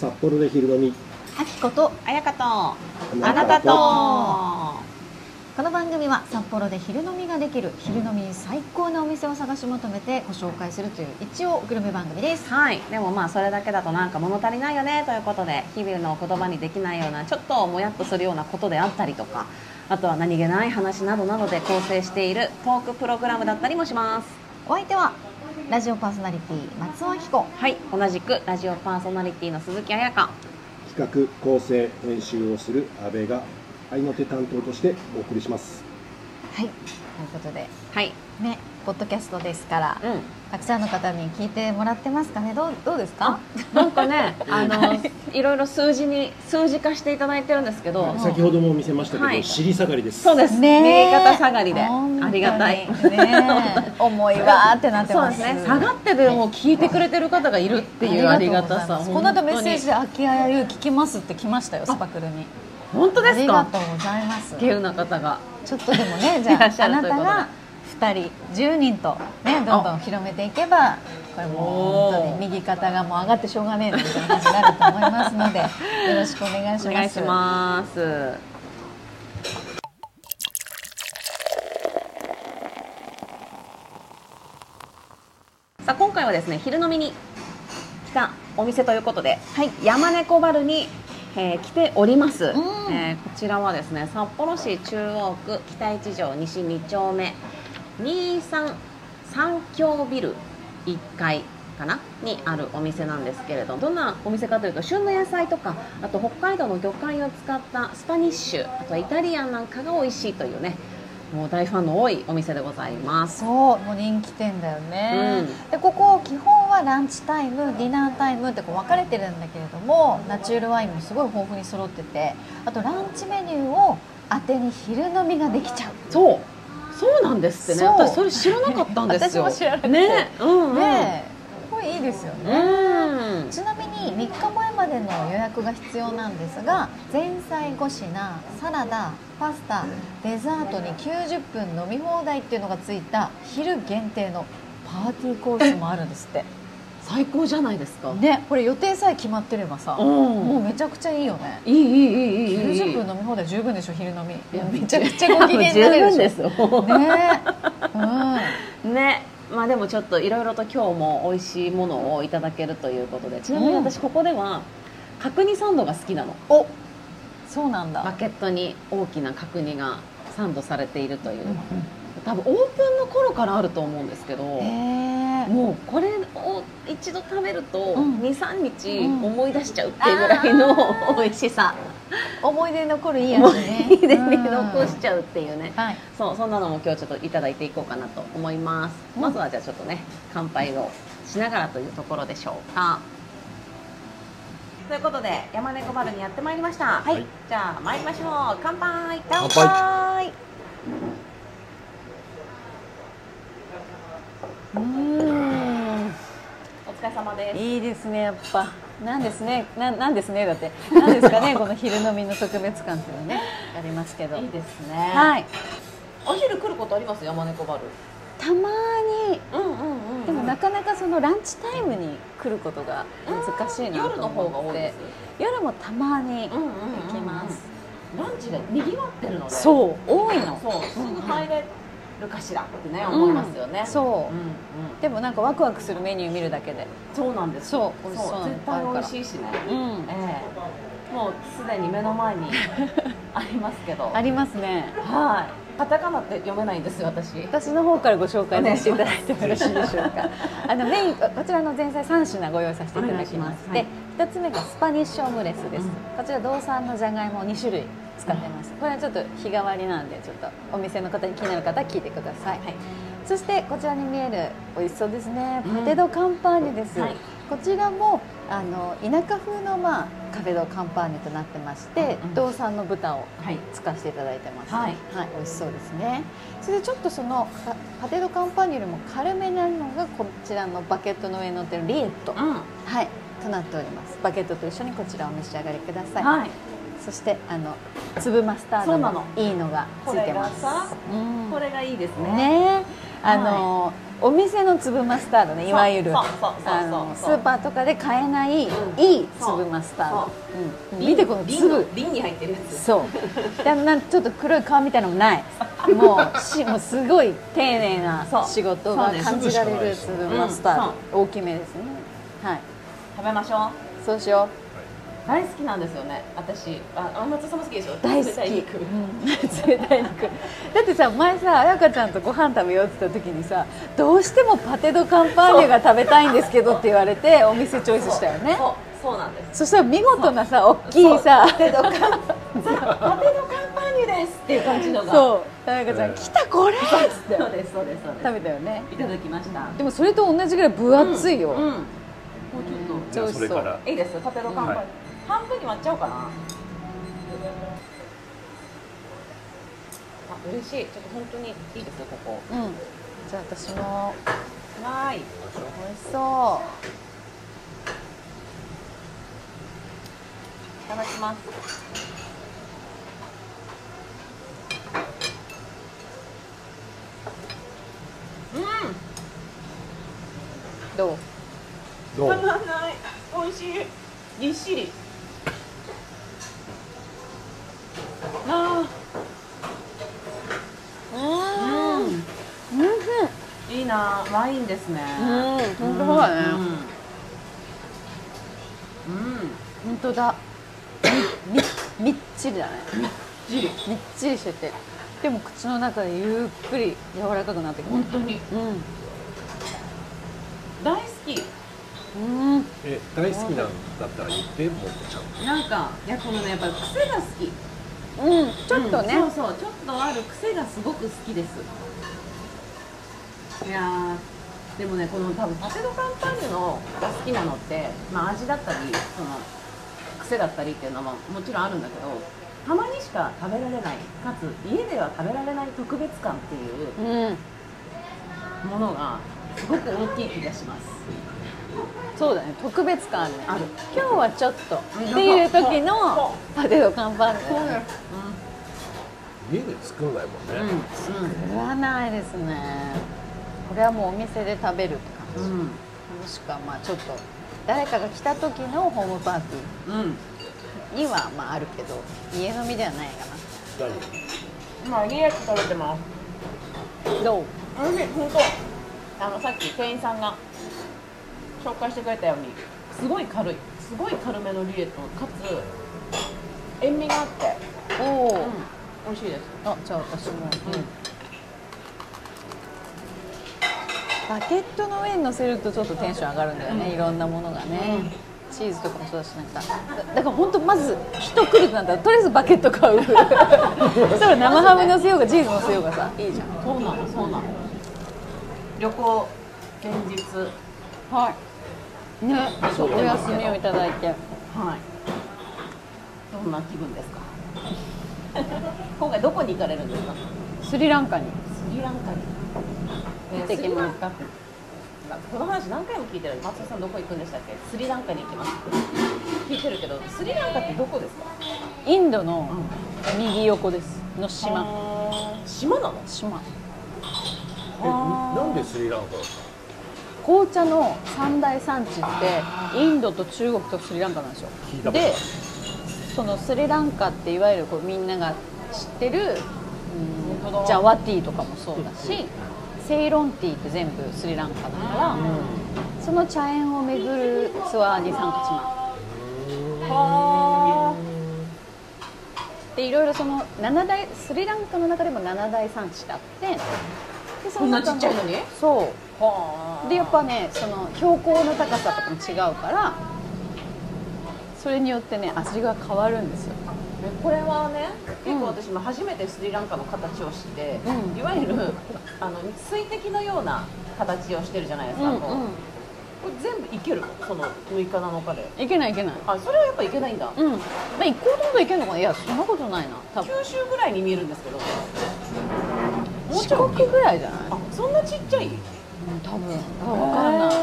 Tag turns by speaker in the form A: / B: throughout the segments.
A: 札幌で昼飲み
B: あきことあやかとあ
A: あ
B: なたと
C: この番組は札幌で昼飲みができる昼飲みに最高なお店を探し求めてご紹介するという一応グルメ番組です
B: はいでもまあそれだけだとなんか物足りないよねということで日々の言葉にできないようなちょっともやっとするようなことであったりとかあとは何気ない話などなどで構成しているトークプログラムだったりもします
C: お相手はラジオパーソナリティ松尾明子
B: はい同じくラジオパーソナリティの鈴木あやか
A: 企画構成編集をする阿部が合いの手担当としてお送りします
C: はいということで
B: はい
C: ねポッドキャストですから
B: うん
C: たくさんの方に聞いてもらってますかねどうどうですか
B: なんか ねあのいろいろ数字に数字化していただいてるんですけど、
C: い
A: 先ほども見せましたけど、
B: はい
A: 尻下がりです
B: そうです
C: ね
B: 右肩下がりで
C: 本当に
B: ありがたい
C: ね重いわーってなって
B: そう
C: ま
B: ですすね下がってでも聞いてくれてる方がいるっていうありがたさ
C: この間メッセージ
B: 本
C: で「秋あゆ聞きます」って来ましたよスパクルに
B: 当に本当
C: あ
B: です
C: りが
B: か
C: とうございます
B: 稀有な方が
C: ちょっとでも ねじ
B: いらっ
C: ゃ
B: し
C: あ
B: ゃ
C: あ
B: る
C: な
B: という
C: た
B: ことで
C: が2人10人とねどんどん広めていけばこれもう本当に右肩がもう上がってしょうがねえなみたいな感じになると思います のでよろしくお願いします
B: お願いしますさあ今回はですね昼飲みに来たお店ということで、はい、山猫バルに、えー来ております、
C: ん
B: えーこちらはですね札幌市中央区北一条西2丁目23三京ビル1階かなにあるお店なんですけれどどんなお店かというと旬の野菜とかあと北海道の魚介を使ったスパニッシュあとはイタリアンなんかが美味しいというねもう大ファンの多いお店でございます
C: そうもう人気店だよね、
B: う
C: でここ基本はランチタイムディナータイムってこう分かれてるんだけれどもナチュールワインもすごい豊富に揃っててあとランチメニューを当てに昼飲みができちゃう
B: そうそうなんですってね
C: そう
B: 私それ知らなかったんですよ
C: 私も知らなくて
B: ねうんうん
C: ねこれいいですよ
B: う
C: ね、
B: ん
C: ちなみに3日前までの予約が必要なんですが前菜5品サラダパスタデザートに90分飲み放題っていうのがついた昼限定のパーティーコースもあるんですって
B: 最高じゃないですか、
C: ねこれ予定さえ決まってればさ
B: うん
C: もうめちゃくちゃいいよね
B: いいいいいいいいいい
C: 90分飲み放題十分でしょ昼飲みいやめちゃくちゃご機
B: 十
C: 嫌になれる
B: 分
C: で
B: で
C: し
B: すよ
C: ょねうん
B: ねまあでもちょっといろいろと今日も美味しいものをいただけるということでちなみに私ここでは角煮サンドが好きなの
C: おそうなん
B: バ
C: だ
B: ケットに大きな角煮がサンドされているといううん多分オープンの頃からあると思うんですけど、
C: へー
B: もうこれを一度食べると
C: うん
B: 23日
C: うん
B: 思い出しちゃうっていうぐらいの美味しさ
C: 思い出に残るいいや
B: 思
C: つ
B: い
C: ね
B: 出に残しちゃうっていうね
C: うんはい
B: そうそんなのも今日ちょっといただいていこうかなと思います、
C: うん
B: まずはじゃあちょっとね乾杯をしながらというところでしょうかということで山猫バルにやってまいりました、はいじゃあ参りましょう乾杯
A: 乾杯
B: うーんお疲れ様です
C: いいですねやっぱなんですねななんですねだってなんですかねこの昼飲みの特別感っていうのねありますけど
B: いいですね
C: はい
B: お昼来ることあります山猫バル
C: たまに
B: うんうんうん
C: でもなかなかそのランチタイムに来ることが難しいな
B: 夜
C: と
B: の方が
C: 思
B: 多
C: っ
B: いで
C: て
B: す
C: 夜もたまに行
B: んうん
C: きます、
B: ランチがにぎわってるのでう
C: そう多いの
B: そうすぐ入れるかしらってね思いますよね、
C: そう
B: うんうん
C: でもなんかワクワクするメニュー見るだけで
B: そうなんです
C: そう美味しそうなの
B: 絶対美味しいしね、
C: うん
B: ええもうすでに目の 前にありますけど
C: ありますね
B: はいカタカナって読めないんですよ私
C: 私の方からご紹介させていただいてもよろしいでしょうかあのメインこちらの前菜3品ご用意させていただきま
B: お
C: す
B: 願いし
C: で
B: ま
C: 1つ目がスパニッシュオムレスです、
B: うん
C: こちら道産のじゃがいもを2種類使ってます、これはちょっと日替わりなんでちょっとお店の方に気になる方は聞いてください、
B: はい
C: そしてこちらに見える美味しそうですね
B: うん
C: ポテトカンパーニュです、
B: はい
C: こちらもあの田舎風の、まあ、カフェドカンパーニュとなってまして、
B: うんうん
C: 道産の豚を
B: はい
C: 使わせていただいてます、
B: はい
C: 美味しそうですねそれでちょっとそのパパテドカンパーニュよりも軽めなのがこちらのバケットの上に乗ってるリエット、
B: うん
C: はいとなっておりますバケットと一緒にこちらをお召し上がりください、
B: はい
C: そしてあの粒マスター
B: そ
C: ド
B: うな
C: の
B: の
C: いいのがついてます。うん
B: これがいいですね
C: ねあの、お店の粒マスタードねいわゆる
B: そうそうそうそう
C: あのス
B: そう
C: ーパーとかで買えない、
B: うん
C: いい粒マスタード
B: そ、
C: うん見てこの
B: 瓶の
C: 粒
B: 瓶に入ってるやつ
C: そうでなんちょっと黒い皮みたいなのもないもうしもうすごい丁寧な
B: そう
C: 仕事
B: そう
C: が
B: です
C: 感じられる粒マスタード、大きめですねはい
B: 食べましょう
C: そう しよ
B: 大好きなんですよね私ああ松田さんも好きでしょ
C: う大好き
B: 絶対肉
C: うん、絶対肉だってさ前さ彩香ちゃんとご飯食べようって言った時にさどうしてもパテ・ド・カンパーニュが食べたいんですけどって言われてお店チョイスしたよね
B: そうそうそうなんです
C: そしたら見事なさ大きいさ
B: そうパテドカンザパテドカンパーニュですっていう感じのが
C: そう彩香ちゃん「来たこれ!」っつって
B: そうですそうですそう
C: 食
B: で
C: べたよね
B: すいただきました
C: でもそれと同じぐらい分厚いよ、
B: うんうんもうちょ
A: じゃ
B: っ
A: あそれから
B: といいですパテドカンパーニュ、
A: はい
B: 半分に割っちゃおうかなあ嬉しいちょっと本当にいいですよここ
C: うん、じゃあ私も
B: わーい
C: 美味しそ
B: いただきますうん
C: うどう
D: どう
B: たまんない美味しいぎっしりああ
C: うん
B: うん
C: うん
B: いいなワインですね
C: 本当だね
B: うんうん
C: 本当だみみみっちりだね
B: ぎっしり
C: みっちりしててでも口の中でゆっくり柔らかくなってくる
B: 本当に
C: うん
B: 大好き
C: うん
A: え大好きなんだったら言ってもうちゃん
B: なんかいやこのねやっぱ癖が好き
C: うんちょっとね、
B: うんそうそうちょっとある癖がすごく好きですいやーでもねこの多分パテドカンパーニュのが好きなのって、まあ、味だったりその癖だったりっていうのももちろんあるんだけどたまにしか食べられないかつ家では食べられない特別感っていう
C: うん
B: ものがすごく大きい気がします
C: そうだね特別感あるね
B: ある
C: 今日はちょっとっ
B: うん
C: ていう時
B: そ
C: のパテドカンパン
B: う
C: ね
A: 家で作んないもん
B: うん
A: ね、
C: 食わないですねこれはもうお店で食べるって感じ、
B: うんうん
C: もしくはまあちょっと誰かが来た時のホームパーテ
B: うん
C: ィーにはまああるけど家飲みではないか
A: 何
B: 今家で食べてます
C: などう
B: おいしい本当あのさっき店員さんが紹介してくれたようにすごい軽いすごい軽めのリエットかつ塩味があって、
C: おお、
B: うん、美味しいです、
C: あじゃあ私も、
B: うん
C: バケットの上に乗せるとちょっとテンション上がるんだよね、いろんなものがね、チーズとかもそうだしなんかだだから本当まず人来るってなったらとりあえずバケット 買うそしたら生ハム乗せようがチーズ乗せようがさいいじゃん
B: そうなのそうなの旅行前日
C: はいね
B: そう
C: お休みをいただいて
B: はいどんな気分ですか 今回どこに行かれるんですか
C: スリランカに
B: スリランカに
C: 行ってきます
B: すこの話何回も聞いてる松田さんどこ行くんでしたっけスリランカに行きます聞いてるけどスリランカってどこですか
C: インドの右横ですの島
B: 島島なの
C: 島
A: えなんでスリランカだっ
C: 紅茶の三大産地ってインドと中国とスリランカなんですよ
A: 聞いたことある
C: でそのスリランカっていわゆるこうみんなが知ってるうん
B: 本当だ
C: ジャワティーとかもそうだしセイロンティーって全部スリランカだから、その茶園を巡るツアーに参加します
B: は
C: でいろいろその七大スリランカの中でも7大産地があってでそ
B: こんな
C: 中
B: ちっちゃいのに
C: そ
B: は
C: うでやっぱねその標高の高さとかも違うからそれによってね味が変わるんですよ
B: これはね結構
C: うん
B: 私も初めてスリランカの形を知って、
C: うん
B: いわゆるあの水滴のような形をしてるじゃないですか、もうこれ全部いけるのその6日7日で
C: いけないいけない
B: あそれはやっぱいけないんだ、
C: うんまあ行こうと思ったらいけるのかないやそんなことないな多分
B: 九州ぐらいに見えるんですけどもう
C: 四
B: ちょい
C: 国ぐらいじゃない
B: あそんなちっちゃい
C: うん多分分からない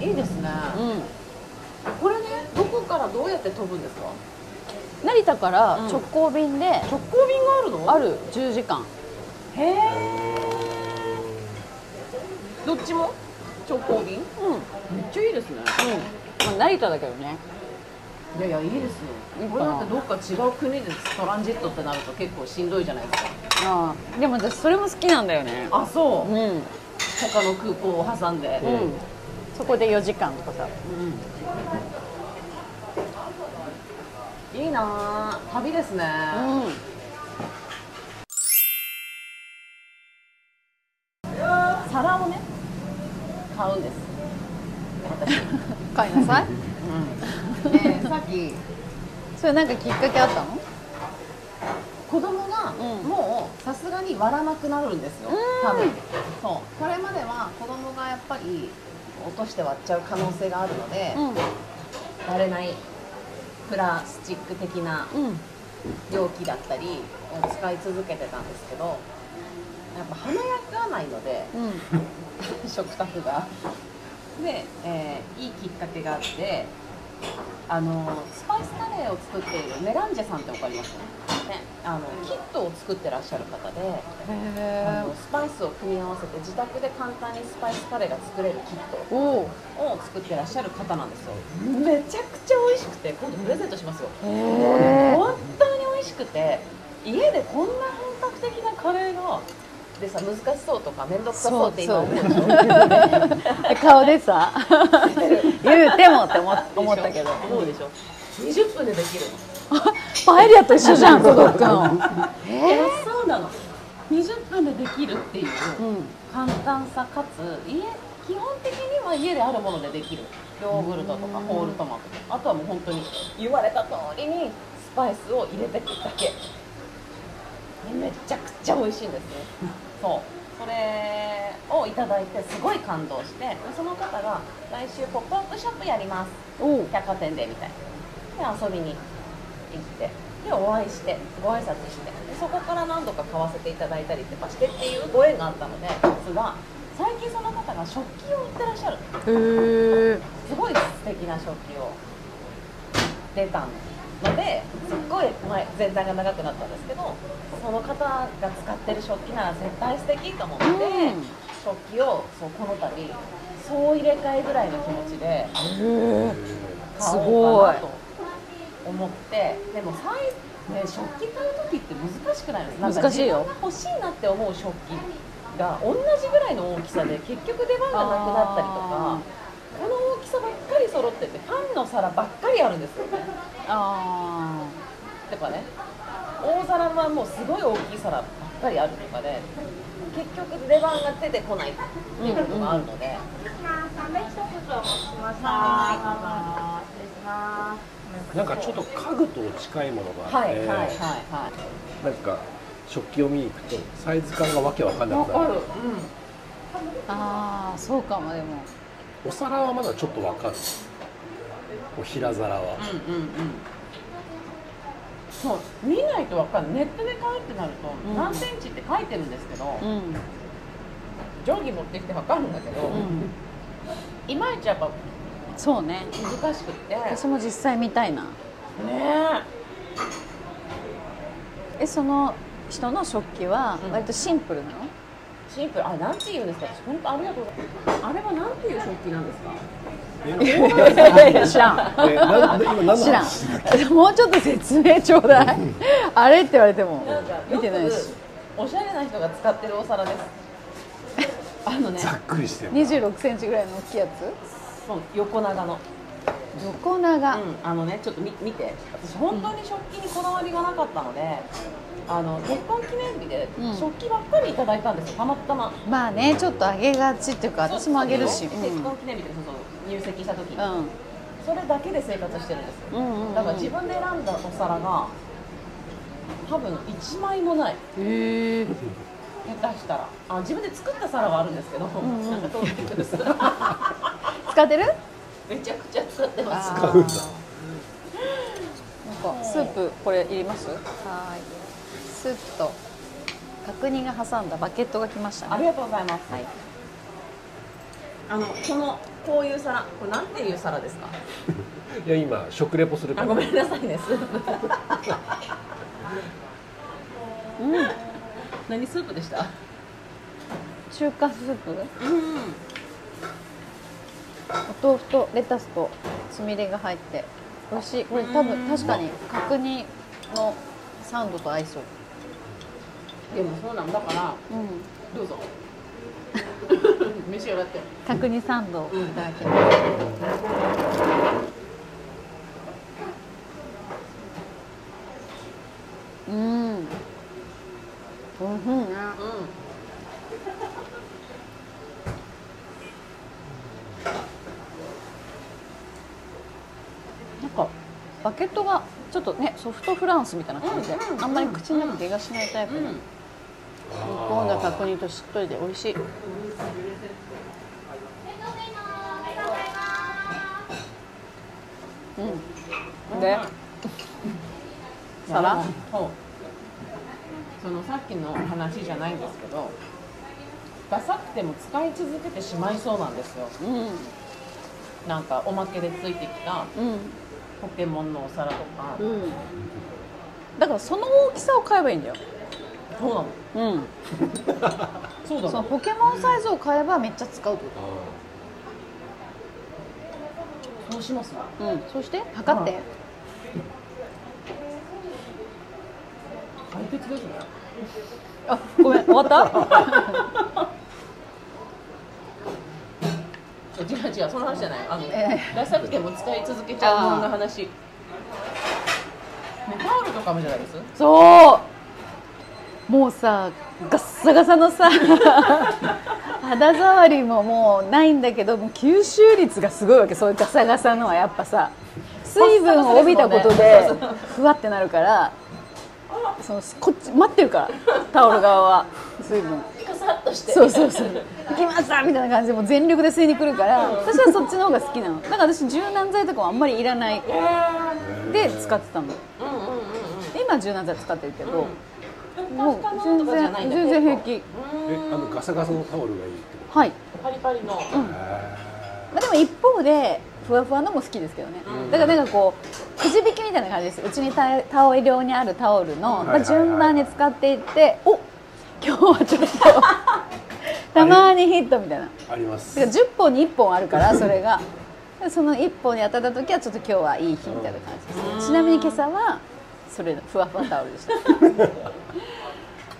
B: えーいいですね、
C: うん
B: これねどこからどうやって飛ぶんですか
C: 成田から
B: うん
C: 直行便で、
B: 直行便があるの
C: ある10時間
B: へえどっちも直行便
C: うん、
B: めっちゃいいですね
C: まあ、成田だけどね
B: いやいやいいですよ
C: いいかな
B: これだってどっか違う国でトランジットってなると結構しんどいじゃないですか
C: ああでも私それも好きなんだよね
B: あそう
C: うん、うん、
B: 他の空港を挟んで、
C: そこで4時間とかさ
B: いいなあ旅ですね、
C: うん
B: 皿をね買うんです
E: 買いなさい
B: でさっき
E: それなんかきっかけあったの
B: 子供が
C: うん
B: もうさすがに割らなくなるんですよ、多分そうこれまでは子供がやっぱり落として割っちゃう可能性があるので、
C: うん
B: 割れないプラスチック的な
C: うん
B: 容器だったりを使い続けてたんですけどやっぱ華やかないので
C: うん
B: 食卓がで、えーいいきっかけがあってあのスパイスカレーを作っているメランジェさんってわかりますねあのキットを作ってらっしゃる方で、あ
C: へ
B: のスパイスを組み合わせて自宅で簡単にスパイスカレーが作れるキッ
C: えおお
B: トを作ってらっしゃる方なんですよめちゃくちゃ美味しくて今度プレゼントしますよ本当に美味しくて家でこんな本格的なカレーがでさ難しそうとか面倒くさそうって今思うでしょ
C: 顔でさ言うてもって思思ったけど
B: 思うでしょ20分でできるの
C: パエリアと一緒じゃんコドックの
B: えそうなの20分でできるっていう簡単さかつ家基本的には家であるものでできるヨーグルトとかホールトマトとかあとはもう本当に言われた通りにスパイスを入れてくだけめちゃくちゃ美味しいんですねそうそれをいただいてすごい感動してでその方が「来週「ポップアップショップやります」
C: おう
B: 百貨店でみたいなで遊びに行ってでお会いしてご挨拶してでそこから何度か買わせていただいたりとかしてっていうご縁があったので実は最近その方が食器を売ってらっしゃる
C: へえ
B: すごい素敵な食器を出たのですっごい前前段が長くなったんですけどその方が使ってる食器なら絶対素敵と思って、
C: うん
B: 食器をそうこの度総入れ替えぐらいの気持ちで買おうかなと思ってでもサイ、ね、食器買う時って難しくないですかなんか
C: 難しいよ
B: 自分が欲しいなって思う食器が同じぐらいの大きさで結局出番がなくなったりと
C: あ
B: かこの大きさばっかり揃っててパンの皿ばっかりあるんですよね
C: あ
B: とかね大皿はもうすごい大きい皿ばっかりあるとかで結局出番が出てこないっていうことがあるので。
A: なんかちょっと家具と近いものがあっ
B: はい
A: て、
B: はいはいはい。
A: なんか食器を見に行くとサイズ感がわけわかんなくなる。
C: ああそうかもでも
A: お皿はまだちょっとわかる。お平皿は。
B: うんうんうん。そう見ないとわかんない。ネットで買うってなると、
C: うん
B: 何センチって書いてるんですけど、
C: うん
B: 定規持ってきてわかるんだけど、
C: うん
B: いまいちやっぱ
C: そうね
B: 難しくって。ね
C: 私も実際見たいな
B: え。
C: えその人の食器は
B: うん
C: 割とシンプルなの、
B: シンプルあなんて言うんですか。本当ありがとうございます。あれはなんていう食器なんですか。
C: いやいや知らん
A: えなんで今何の
C: 知ら
A: 話して
C: んもうちょっと説明ちょうだいあれって言われても
B: なんかよく
C: 見てないし
B: おしゃれな人が使ってるお皿です。あのね、
A: ざっくりしてる。
C: 2 6ンチぐらいの大きいや
B: そう横長の。
C: つ横長、
B: うん、あのねちょっとみ見て私本当に食器にこだわりがなかったので、あの結婚記念日で
C: うん
B: 食器ばっかりいただいたんですよたまたま
C: まあねちょっと上げがちっていうか私も上げるし、
B: そう
C: う
B: そう結婚記念日でそうそう入籍した時に、
C: ん
B: それだけで生活してるんですよ、
C: うんうんうん
B: だから自分で選んだお皿が多分1枚もない
C: へえ
B: 下手したらあ自分で作った皿はあるんですけど、
C: んうん
B: なんか通ってく るす
C: 使ってる
B: めちゃくちゃ使ってます
C: あーなんかスープこれいります
E: はーいスープと角煮が挟んだバケットが来ました
B: あ
E: ね
B: りがとうございます。あのこのこういう皿これなんていう皿ですか
A: いや今食レポするか
B: あ
A: ら
B: ごめんなさいねスープうん何スープでした
C: 中華スープ
B: うん
C: お豆腐とレタスとつみれが入って美味しいこれ多分確かに角煮のサンドと合いそう
B: でもそうなんだから
C: うん
B: どうぞ召し上がって
C: 角煮サンドをいただきます、うん、うん、おいしいね
B: う
C: なんかバケットがちょっとねソフトフランスみたいな感じで、
B: うんうん
C: あんまり口の中で胃がしないタイプの、
B: ん
C: 煮込んだ角煮としっとりで美味しいうん、で、皿
B: そうそのさっきの話じゃないんですけどダサくても使い続けてしまいそうなんですよ
C: うん、
B: なんかおまけでついてきた
C: うん、
B: ポケモンのお皿とか、
C: うん。だからその大きさを買えばいいんだよ。
B: そうなの
C: うん。
B: そうだ
C: その
B: の
C: ポケモンサイズを買えばめっちゃ使うってこ
A: あ
B: そうしますわ
C: と。うん。そして測って。
B: 快適ですね
C: あ、ごめん。終わった？
B: 違う違うその話じゃないあの、
C: え
B: ダサくても使い続けちゃうものの話ねタオルとかもじゃないです
C: そう。もうさ、ガッサガサのさ、 肌触りももうないんだけど、もう吸収率がすごいわけ。そういうガサガサのはやっぱさ、水分を帯びたことでふわってなるから。そのこっち待ってるからタオル側は水分
B: カサッとして
C: そうそうそう行きましたみたいな感じでもう全力で吸いに来るから私はそっちの方が好きなのだから私柔軟剤とかもあんまりいらないで使ってたの
B: うんうんうんうん
C: 今柔軟剤使ってるけど、もう
B: もう
C: 全
B: 全然
C: 然全然平気
A: ーえあのガサガサのタオルがいいってこ
C: はい、
B: パリパリの
A: とへ
C: まあ、でも一方でふわふわのも好きですけどねだからなんかこうくじ引きみたいな感じですうちにた大量にあるタオルの、まあ、順番に使っていってお今日はちょっ とたまにヒットみたいな
A: ーあります
C: だから10本に1本あるからそれがその1本に当たった時はちょっと今日はいい日みたいな感じですちなみに今朝はそれのふわふわタオルでした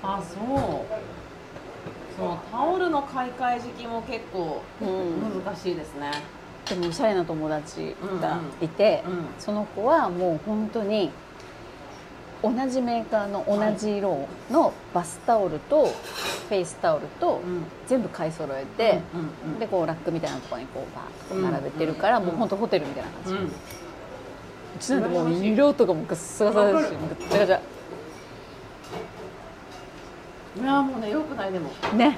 B: あそうそのタオルの買い替え時期も結構
C: うん
B: 難しいですね、
C: でもおしゃれな友達がいて、
B: うんうんうん
C: その子はもう本当に同じメーカーの同じ色のバスタオルとフェイスタオルと
B: うん
C: 全部買い揃えて、
B: うん
C: でこうラックみたいなところにこうバーッと並べてるから、もう本当ホテルみたいな感じ、
B: うんうん
C: うちなんてもう色とかもガッサガサだしガチャガチャ
B: いやもうねよくないでも
C: ね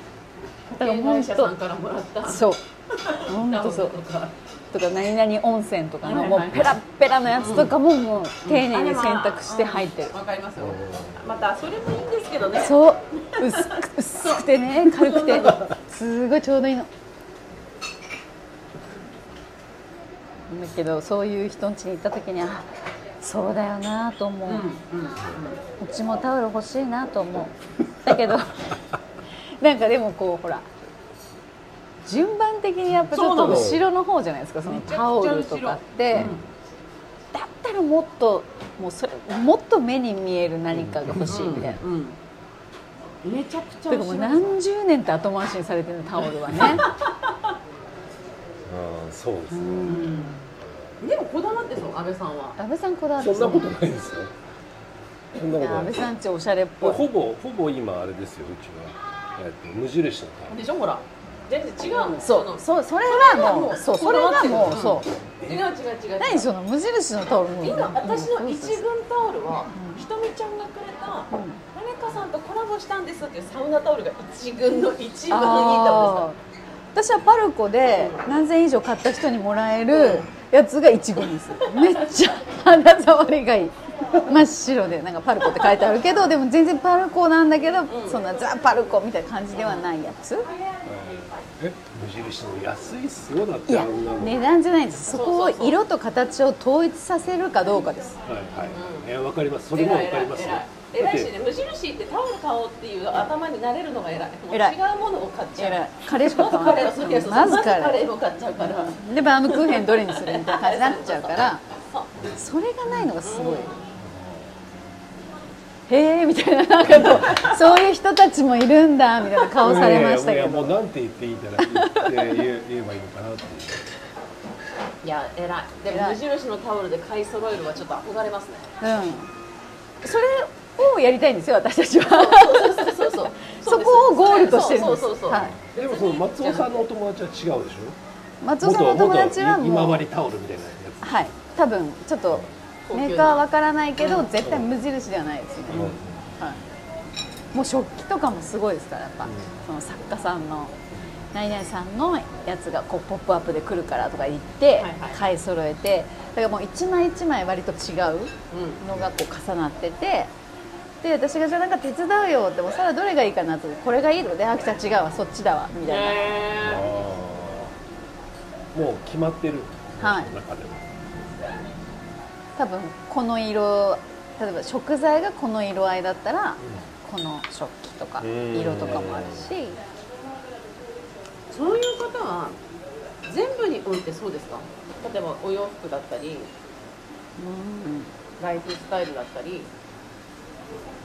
C: だから
B: 保険会
C: 本
B: 社さん
C: 当
B: からもらった
C: そう本
B: タオ
C: 当
B: ル
C: そう
B: とか
C: とか何々温泉とかの
B: はい
C: も
B: はいう
C: ペラッペラのやつとかももう丁寧に洗濯して入ってる
B: わかりますよまたそれもいいんですけどね
C: そう薄く薄くてね軽くてすごいちょうどいいのだけどそういう人ん家に行った時にあそうだよなと思う、
B: うんうんうん
C: うちもタオル欲しいなと思うだけど なんかでもこうほら順番的にやっぱちょっと後ろの方じゃないですかそのタオルとかって、だったらもっともうそれもっと目に見える何かが欲しいみたいな、だ
B: うんうんめちゃくちゃ
C: か
B: 後
C: らもう
B: ろ
C: 何十年って後回しにされてるタオルは ね
A: あーそうです
B: う
A: ね
B: んでもこだわってそう安倍さんは
C: 安倍さんこだわって
A: そんな
C: う
A: ことないですよそんなこ
C: いや
A: とな
C: 安倍
A: い
C: さんちおしゃれっぽい
A: ほぼほぼ今あれですようちは、えっと、無印のタオル
B: でしょほら全然違うもん
C: そう
B: そ
C: そうそれはもうそうそれはもうそう
B: の違う違う違う
C: 何その無印のタオルも
B: 今私の一軍タオルは、ひとみちゃんがくれた、マレカさんとコラボしたんですっていうサウナタオルが一軍の一番いいタオル
C: あー私はパルコで何千以上買った人にもらえるやつが一軍ですめっちゃ肌触りがいい
B: で
C: 真っ白でなんかパルコって書いてあるけどでも全然パルコなんだけど、そんなザ・パルコみたいな感じではないやつ
A: え無印の安いっすよだっ
C: い
A: て
C: や
A: あんなの
C: 値段じゃないですそこを
B: そうそうそう
C: 色と形を統一させるかどうかです
A: はいはいえわかりますそれもわかりますよ
B: 偉い
A: だっ
B: 偉い
A: て
B: しね無印ってタオル買おうっていう頭になれるのが偉いもう
C: 偉い
B: 違うものを買っちゃう
C: いカレーしか
B: まず
C: 買わな
B: カ
C: い
B: レーをそうそうそう
C: まず
B: まず
C: カ
B: カレ
C: レ
B: ーを買っちゃうから
C: ーでバームクーヘンどれにするみたいな感じになっちゃうから
B: そう
C: それがないのがすごいへえみたいななんかこうそういう人たちもいるんだみたいな顔されました
A: いや
C: け
A: いやもう
C: ど
A: なんて言っていいんだろう言って言え言えばいいのかなって
B: いや偉いでも
C: 偉い
B: 無印のタオルで買い揃えるはちょっと憧れますね
C: うんそれをやりたいんですよ私たち は
B: そうそうそうそう
C: そこをゴールとしてるんです
B: そうそうそうそう、
C: はい
A: でもその松尾さんのお友達は違うでし
C: 松
A: ょ
C: 尾さんの友達は
A: 元
C: もう
A: 元今治タオルみたいなやつ
C: はい多分ちょっと
B: 高級な
C: メーカーわからないけど絶対無印ではないですね、はい、もう食器とかもすごいですからやっぱ、その作家さんのナイナイさんのやつがこう「ポップアップで来るからとか言って
B: はいはい
C: 買い揃えてだからもう一枚一枚割と違う
B: う
C: のがこう重なっててで私がじゃあなんか手伝うよってもうさらどれがいいかなってこれがいいのであきちゃん違うわそっちだわみたいな、
A: あ
B: へ
A: ーもう決まってる
C: はい
A: 中でも
C: 多分この色例えば食材がこの色合いだったら、この食器とか
A: うん
C: 色とかもあるし
B: ーそういう方は全部においてそうですか例えばお洋服だったり
C: うん
B: ライフスタイルだったり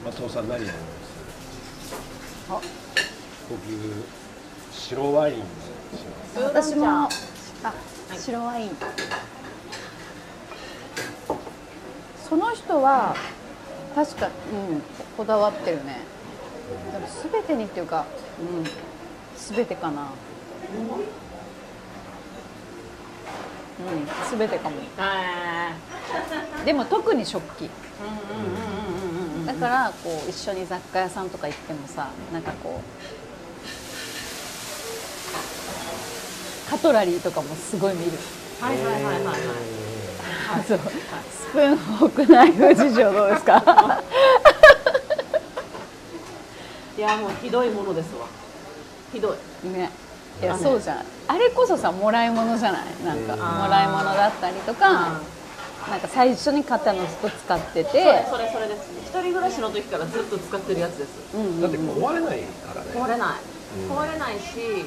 A: 松尾さん何飲みます
C: あ
A: 僕白ワインにします
C: 私もあ
B: い
C: 白ワインその人は確か、うん、こだわってるねでも全てにっていうか、うん、全てかなうん、全てかも
B: あ
C: でも特に食器
B: あうんうんうんうんうんうん
C: だからこう一緒に雑貨屋さんとか行ってもさなんかこうカトラリーとかもすごい見る
B: はいはいはいはいはい
C: そうスプーンフォークナイフ事情どうですか
B: いやもうひどいものですわひどい
C: ねいやそうじゃんあれこそさもらい物じゃないなんかもらい物だったりとかなんか最初に肩の人使って
B: それ
C: て
B: それそれです一人暮らしの時からずっと使ってるやつです
A: だって壊れないからね
B: 壊れない壊れないし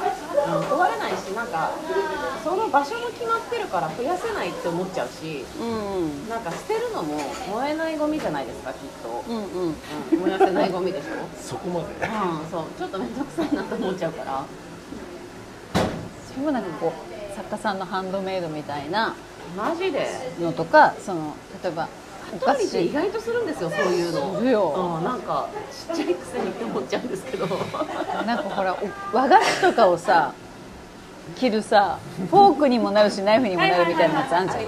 B: うん壊れないしなんかその場所も決まってるから増やせないって思っちゃうし
C: うんうん
B: なんか捨てるのも燃えないゴミじゃないですかきっと
C: う、んうん
B: うん、燃やせないゴ ミでしょ
A: そこまで
B: うん、そう、ちょっと面倒くさいなと思っちゃうから。
C: それもなんかこう作家さんのハンドメイドみたいな
B: マジで。
C: のとかその例えばお
B: ト
C: 菓
B: イレって意
C: 子
B: 外とするんですよ、そういうの。
C: するよ
B: うん、なんか、ちっちゃいくせにって思っちゃうんです けど。
C: なんかほらお和菓子とかをさ切るさフォークにもなるしナイフにもなるみたいなやつあんじゃん
B: す。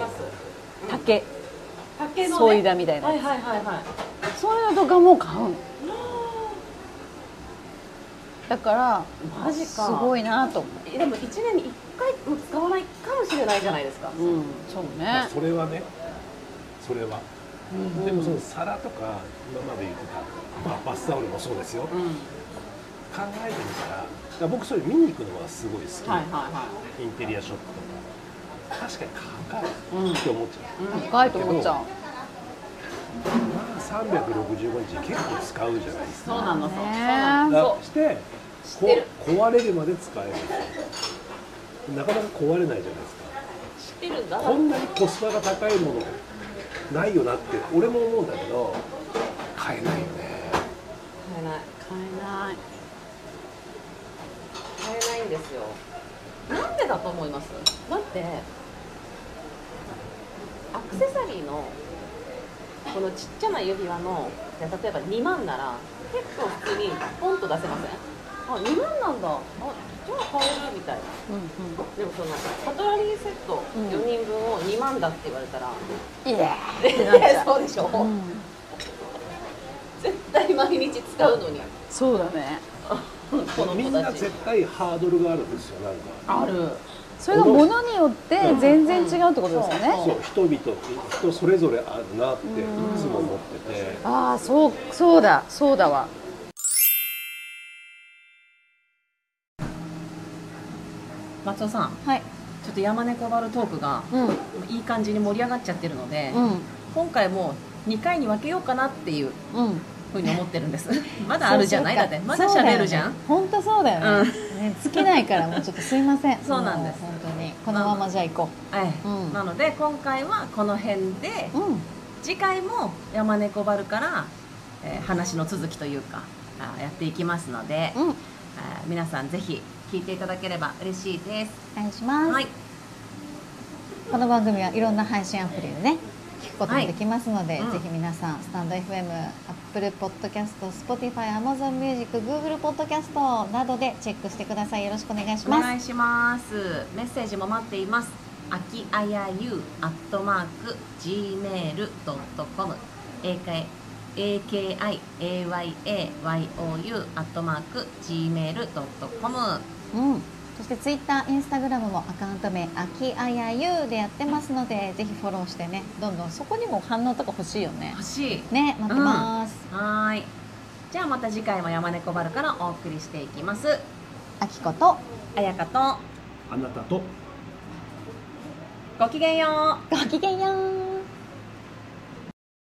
C: 竹
B: 竹の、ね。
C: ソイダみたいな
B: はい
C: や
B: はいはいはい。
C: つそういうのとかも買うのだから
B: マジか
C: すごいなと思
B: えでも、一年に一回も使わないかもしれないじゃないですか。
C: う、うん、そう
A: ま
C: ね
A: あそれはねそれは、でもその皿とか今まで言ってた、まあ、バスタオルもそうですよ、考えてみたらだから僕それ見に行くのはすごい好き、
B: はいはいは
A: インテリアショップとか確かに高いって思っちゃう、
C: 高いと思っちゃう
A: まあ365日結構使うじゃないです
B: い。
A: か
B: そうなの、そう。
C: ね
A: だしてこ
B: ってる
A: 壊れるまで使えるなかなか壊れないじゃないですか
B: 知ってるんだ。
A: こんなにコスパが高いものないよなって俺も思うんだけど買えないよね
B: 買えない買えない買えないんですよなんでだと思いますだってアクセサリーのこのちっちゃな指輪のじゃあ例えば2万なら結構普通にポンと出せませんあ2万なんだあじゃあ買えるみたいな
C: うん
B: でもそのカトラリーセット
C: うん
B: 4人分を2万だって言わ れたら、
C: うんいやってなっち
B: え
C: ゃ
B: そうでしょ、
C: う、うん、
B: 絶対毎日使うのに
C: そうだね
B: この
A: み
B: 子
A: ん
B: た
A: な
B: ち
A: 絶対ハードルがあるんですよなんか
B: ある
F: それがものによって全然違うってことですよね、
A: そう人々って人それぞれあるなっていつも思ってて
F: ああそうそうだそうだわ
B: 松尾さん
C: はい、
B: ちょっと山猫バルトークが
C: うん、うん、
B: いい感じに盛り上がっちゃってるので、今回もう2回に分けようかなっていう
C: うん、
B: ふうに思ってるんです まだあるじゃないだってまだ
C: 喋
B: 喋るじゃん、
C: 本当そうだよね,、ね尽きないからもうちょっとすいません
B: そうなんです
C: もう本当にこのままじゃ行こ
B: はい、
C: うん
B: なので今回はこの辺で
C: う、うん、
B: 次回も山猫バルから、えー話の続きというかあーやっていきますので、
C: うん
B: あー皆さんぜひ聞いていただければ嬉しいです、
C: お願いします、
B: はい
C: この番組はいろんな配信アプリでね聞くこともできますので、
B: はいうん
C: ぜひ皆さんスタンド FM、Apple Podcast、Spotify、Amazon Music、Google Podcast などでチェックしてください。よろしくお願いし
B: お
C: ます。
B: 願いしますメッセージも待っていますあきあやゆアットマーク gmail.com akiayayou アットマーク gmail.com
C: うん。そして Twitter、Instagram もアカウント名あきあやゆうでやってますので、ぜひフォローしてね。どんどんそこにも反応とか欲しいよね
B: 欲。しい
C: ね、待ってます。
B: はーいじゃあまた次回も山猫バルからお送りしていきます
C: あきこと
B: あやかと
G: あなたと
B: ごきげんよう
C: ごきげんよう。